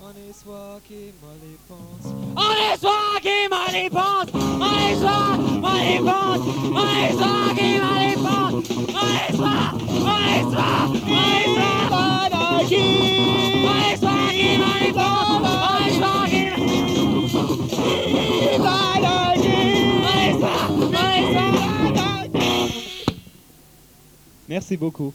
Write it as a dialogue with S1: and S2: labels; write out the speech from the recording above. S1: On is walking my dépense.
S2: On est swaggy, ma dépense On est swag, ma dépense On est swaggy, ma dépense On est swag, on est swag, on est swag, on est swag On est swaggy, ma dépense On est swaggy, ma dépense On est swag, on est swag, on est swag
S1: Merci beaucoup.